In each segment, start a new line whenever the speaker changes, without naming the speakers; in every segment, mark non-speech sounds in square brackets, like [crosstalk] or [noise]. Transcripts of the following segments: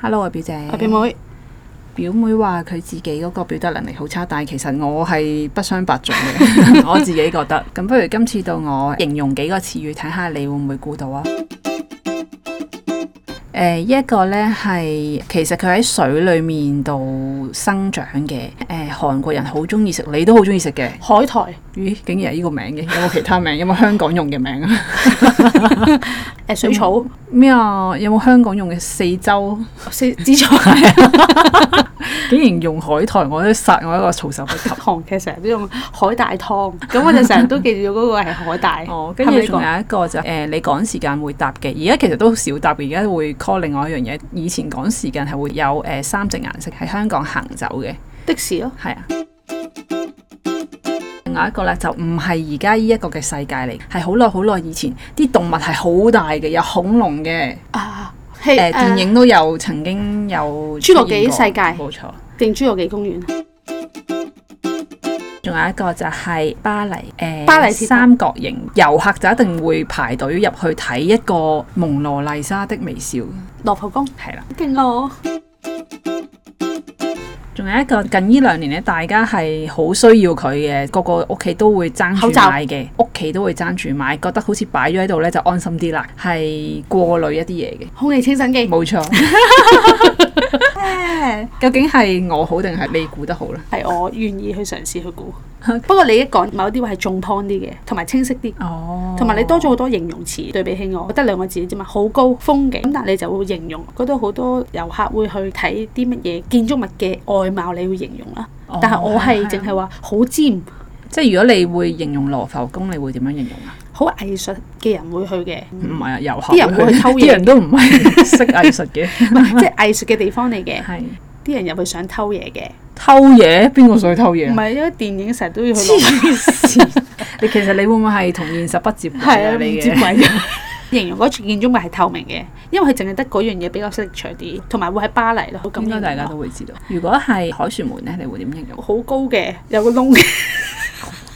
Hello 啊，表姐。
阿表妹，
表妹話佢自己嗰個表達能力好差，但係其實我係不相伯仲
[laughs]
嘅，我自己覺得。咁不如今次到我形容幾個詞語，睇下你會唔會估到啊？誒依一個呢係其實佢喺水裡面度生長嘅，誒、韓國人好中意食，你都好中意食嘅。
海苔
咦，竟然係呢個名嘅，有冇其他名？有冇香港用嘅名
[laughs]
啊？
誒水草
咩啊？有冇香港用嘅四周？
四紫菜，
[laughs] 竟然用海苔，我都殺我一個措手不及。
韓劇成日都用海帶 [laughs] 湯，咁我就成日都記住嗰個係海帶。
哦，跟
係咪
住
呢個
仲有一個就誒、你趕時間會答嘅，而家其實都少答嘅，而家會 call 另外一樣嘢。以前趕時間係會有誒、三隻顏色喺香港行走嘅，
的士咯，
係啊。另外一個咧就唔係而家呢一個嘅世界嚟，係好耐好耐以前啲動物係好大嘅，有恐龍嘅，
啊，
誒、
係
電
誒
影都有曾經有
侏羅紀
出現過
世界
冇錯。
定侏羅紀公園。
仲有一個就係巴黎，誒、
巴黎鐵塔
三角形遊客就一定會排隊入去睇一個蒙羅麗莎的微笑，
羅浮宮，
係啦。
勁咯！
仲有一個近呢兩年咧，大家係好需要佢嘅，個個屋企都會爭住
口罩
買嘅，屋企都會爭住買，覺得好似擺咗喺度咧就安心啲啦，係過濾一啲嘢嘅，
空氣清新機，
冇
[laughs]
錯。究竟係我好定係你估得好咧？
係我願意去嘗試去估。不過你一講某啲話係中 point 啲嘅，同埋清晰啲，
哦，
同埋你多咗好多形容詞對比起我，我得兩個字啫嘛，好高風景。咁但係你就會形容嗰度好多遊客會去睇啲乜嘢建築物嘅外貌，你會形容啦。
哦，
但係我係
啊
淨係話好尖、
即係如果你會形容羅浮宮，你會點樣形容啊？
好藝術嘅人會去嘅，
唔係啊，遊客
啲人會去偷嘢
啲人都唔係識藝術
[laughs]
嘅， [laughs]
即係藝術嘅地方嚟嘅。
係
啲人入去想偷嘢嘅，
偷嘢，邊個想去偷嘢 [laughs]
唔
啊？
係因為電影成日都要去攞。
黐啊線！你其實你會唔會係同現實不接軌
係啊，
啊？
唔
你
知
嘅
鬼咗。形容嗰處建築物係透明嘅，因為佢淨係得嗰樣嘢比較色彩啲，同埋會喺巴黎咯。咁
應該大家
形容
都會知道。如果係凱旋門咧，你會點形容？
好高嘅，有個窿嘅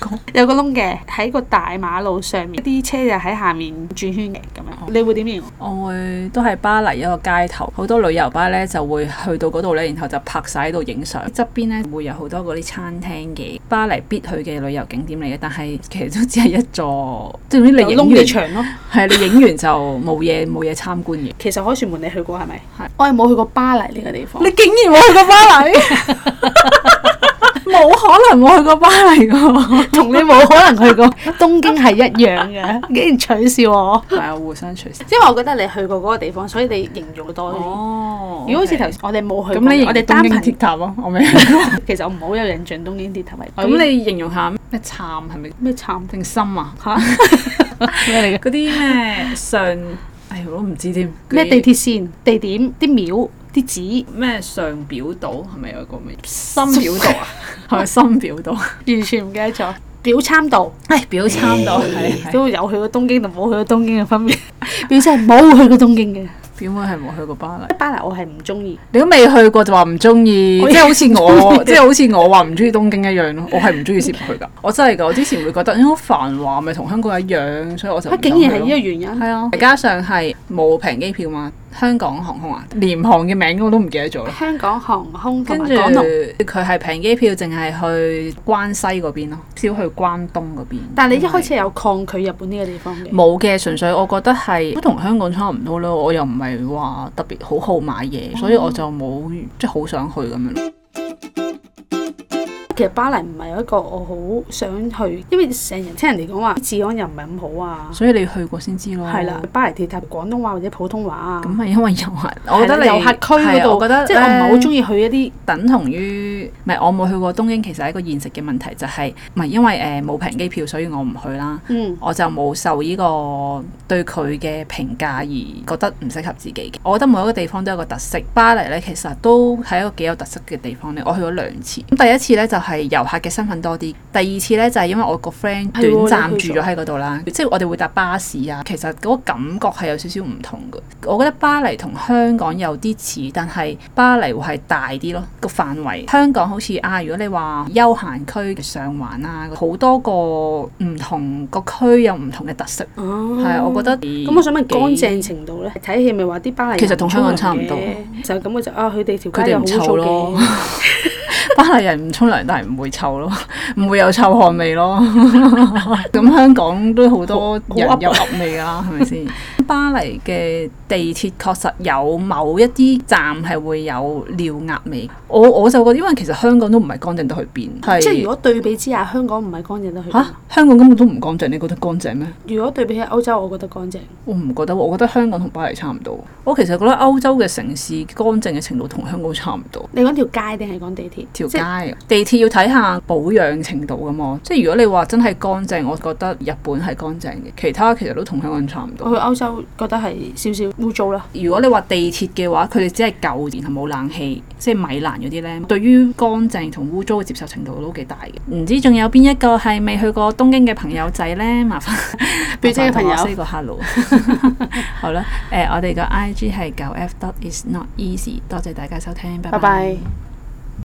高，
有個窿嘅喺個大馬路上面，啲車就喺下面轉圈嘅咁樣。你會點形容？
我會都係巴黎一個街頭，好多旅遊巴咧就會去到嗰度咧，然後就拍晒喺度影相。側邊咧會有好多嗰啲餐廳嘅巴黎必去嘅旅遊景點嚟嘅，但係其實都只係一座，即係總之你
有窿
影
嘅
完
牆咯。
係你影完就冇嘢冇嘢參觀嘅。
其實凱旋門你去過係咪？
係
我係冇去過巴黎呢個地方。
你竟然冇去過巴黎？冇可能冇去過巴黎噶，
同你冇可能去過東京係一樣 [laughs] 嘅，竟然取笑我。
係啊，互相取笑。
因為我覺得你去過嗰個地方，所以你形容多啲。
哦
如果好似頭先我哋冇去過，
咁你
我哋單憑
塔咯，我明。
其實我唔好有印象東京鐵塔係。
咁你形容下咩杉係咪
你咩慘
定心啊？
嚇
[laughs]
咩嚟嘅？
嗰啲咩上，哎我都唔知添。
咩地鐵線、地點、啲廟、啲紙，
咩上表島係咪有個咩深表島啊？係咪深表島？
完全唔記得咗。表參道
唉，表參島係係
都有去過東京同冇去過東京嘅分
[laughs]
別。表姐係冇去過東京嘅。
表妹係冇去過巴黎。
巴黎我係唔中意，
你都未去過就話唔中意，
我
即係好似
唔
我，
鍾意
即係好似我話唔中意東京一樣 [laughs] 咯。我係唔中意先去㗎，我真係㗎。我之前會覺得，因為繁華咪同香港一樣，所以我就唔敢
佢竟然
去
係
咯
呢個原因。
啊係啊，加上係冇平機票嘛，香港航空啊，廉航嘅名我都唔記得咗啦。
香港航空
跟
同埋
住
港龍。
佢係平機票，淨係去關西嗰邊咯，少去關東嗰邊。嗯
但係你一開始係有抗拒日本呢個地方嘅，
冇嘅，純粹我覺得係都同香港差唔多咯。我又唔係話特別好好買嘢，所以我就冇即係好想去咁樣。
其實巴黎唔係有一個我好想去，因為成日聽人哋講話治安又唔係咁好啊，
所以你去過先知咯。
係啦，巴黎鐵塔廣東話或者普通話啊，
嗯咁係因為遊客，我
係
覺
啦
得你
遊客區嗰
係啊
度，
我覺得
即係我唔係好中
意，
意去一啲
等同於唔係我冇去過東京，其實係一個現實嘅問題，就係唔係因為誒冇平機票，所以我唔去啦。
嗯
我就冇受呢個對佢嘅評價而覺得唔適合自己嘅。我覺得每一個地方都有個特色，巴黎呢其實都係一個幾有特色嘅地方咧。我去咗兩次，咁第一次呢，就係、係遊客嘅身份多啲。第二次呢，就係、因為我個 friend
係喎
短暫
你去
住
咗
咗喺嗰度啦，即係我哋會搭巴士啊。其實嗰個感覺係有少少唔同嘅。我覺得巴黎同香港有啲似，但係巴黎會係大啲咯個範圍。香港好似啊，如果你話休閒區上環啊，好多個唔同個區有唔同嘅特色。
哦，
係啊、我覺得
咁我想問乾淨程度咧，睇戲咪話啲巴黎
其實同香港差唔多
人嘅，就咁我就啊，佢哋條
佢哋
街又
唔
好
臭
粗
咯
嘅，。
巴黎人唔沖涼，但係唔會臭咯， [laughs] 唔會有臭汗味咯。 [laughs] 咁香港都好多人
好噏啊
有噏味㗎啦，係咪先？ [laughs] 巴黎嘅地鐵確實有某一啲站係會有尿壓味。我我就覺得，因為其實香港都唔係乾淨到去邊， [laughs] 係嗯
即係如果對比之下，香港唔係乾淨得去邊。
嚇、香港根本都唔乾淨，你覺得乾淨咩？
如果對比起歐洲，我覺得乾淨。
我唔覺得喎，我覺得香港同巴黎差唔多。我其實覺得歐洲嘅城市乾淨嘅程度同香港差唔多。
你講條街定係講地鐵？
條
即係
街地鐵要睇下保養程度噶嘛，即係如果你話真係乾淨，我覺得日本係乾淨嘅，其他其實都同香港差唔
我
多。
去歐洲覺得係少少污糟啦。
如果你話地鐵嘅話，佢哋只係舊年係冇冷氣，即係米蘭嗰啲呢，對於乾淨同污糟嘅接受程度都幾大嘅。唔知仲有邊一個係未去過東京嘅朋友仔呢？ [laughs] 麻煩
表姐嘅朋友
麻煩同我 say 個 [laughs] hello。好啦，誒、我哋個 I G 係 9f dot is not easy，多謝大家收聽，
拜拜。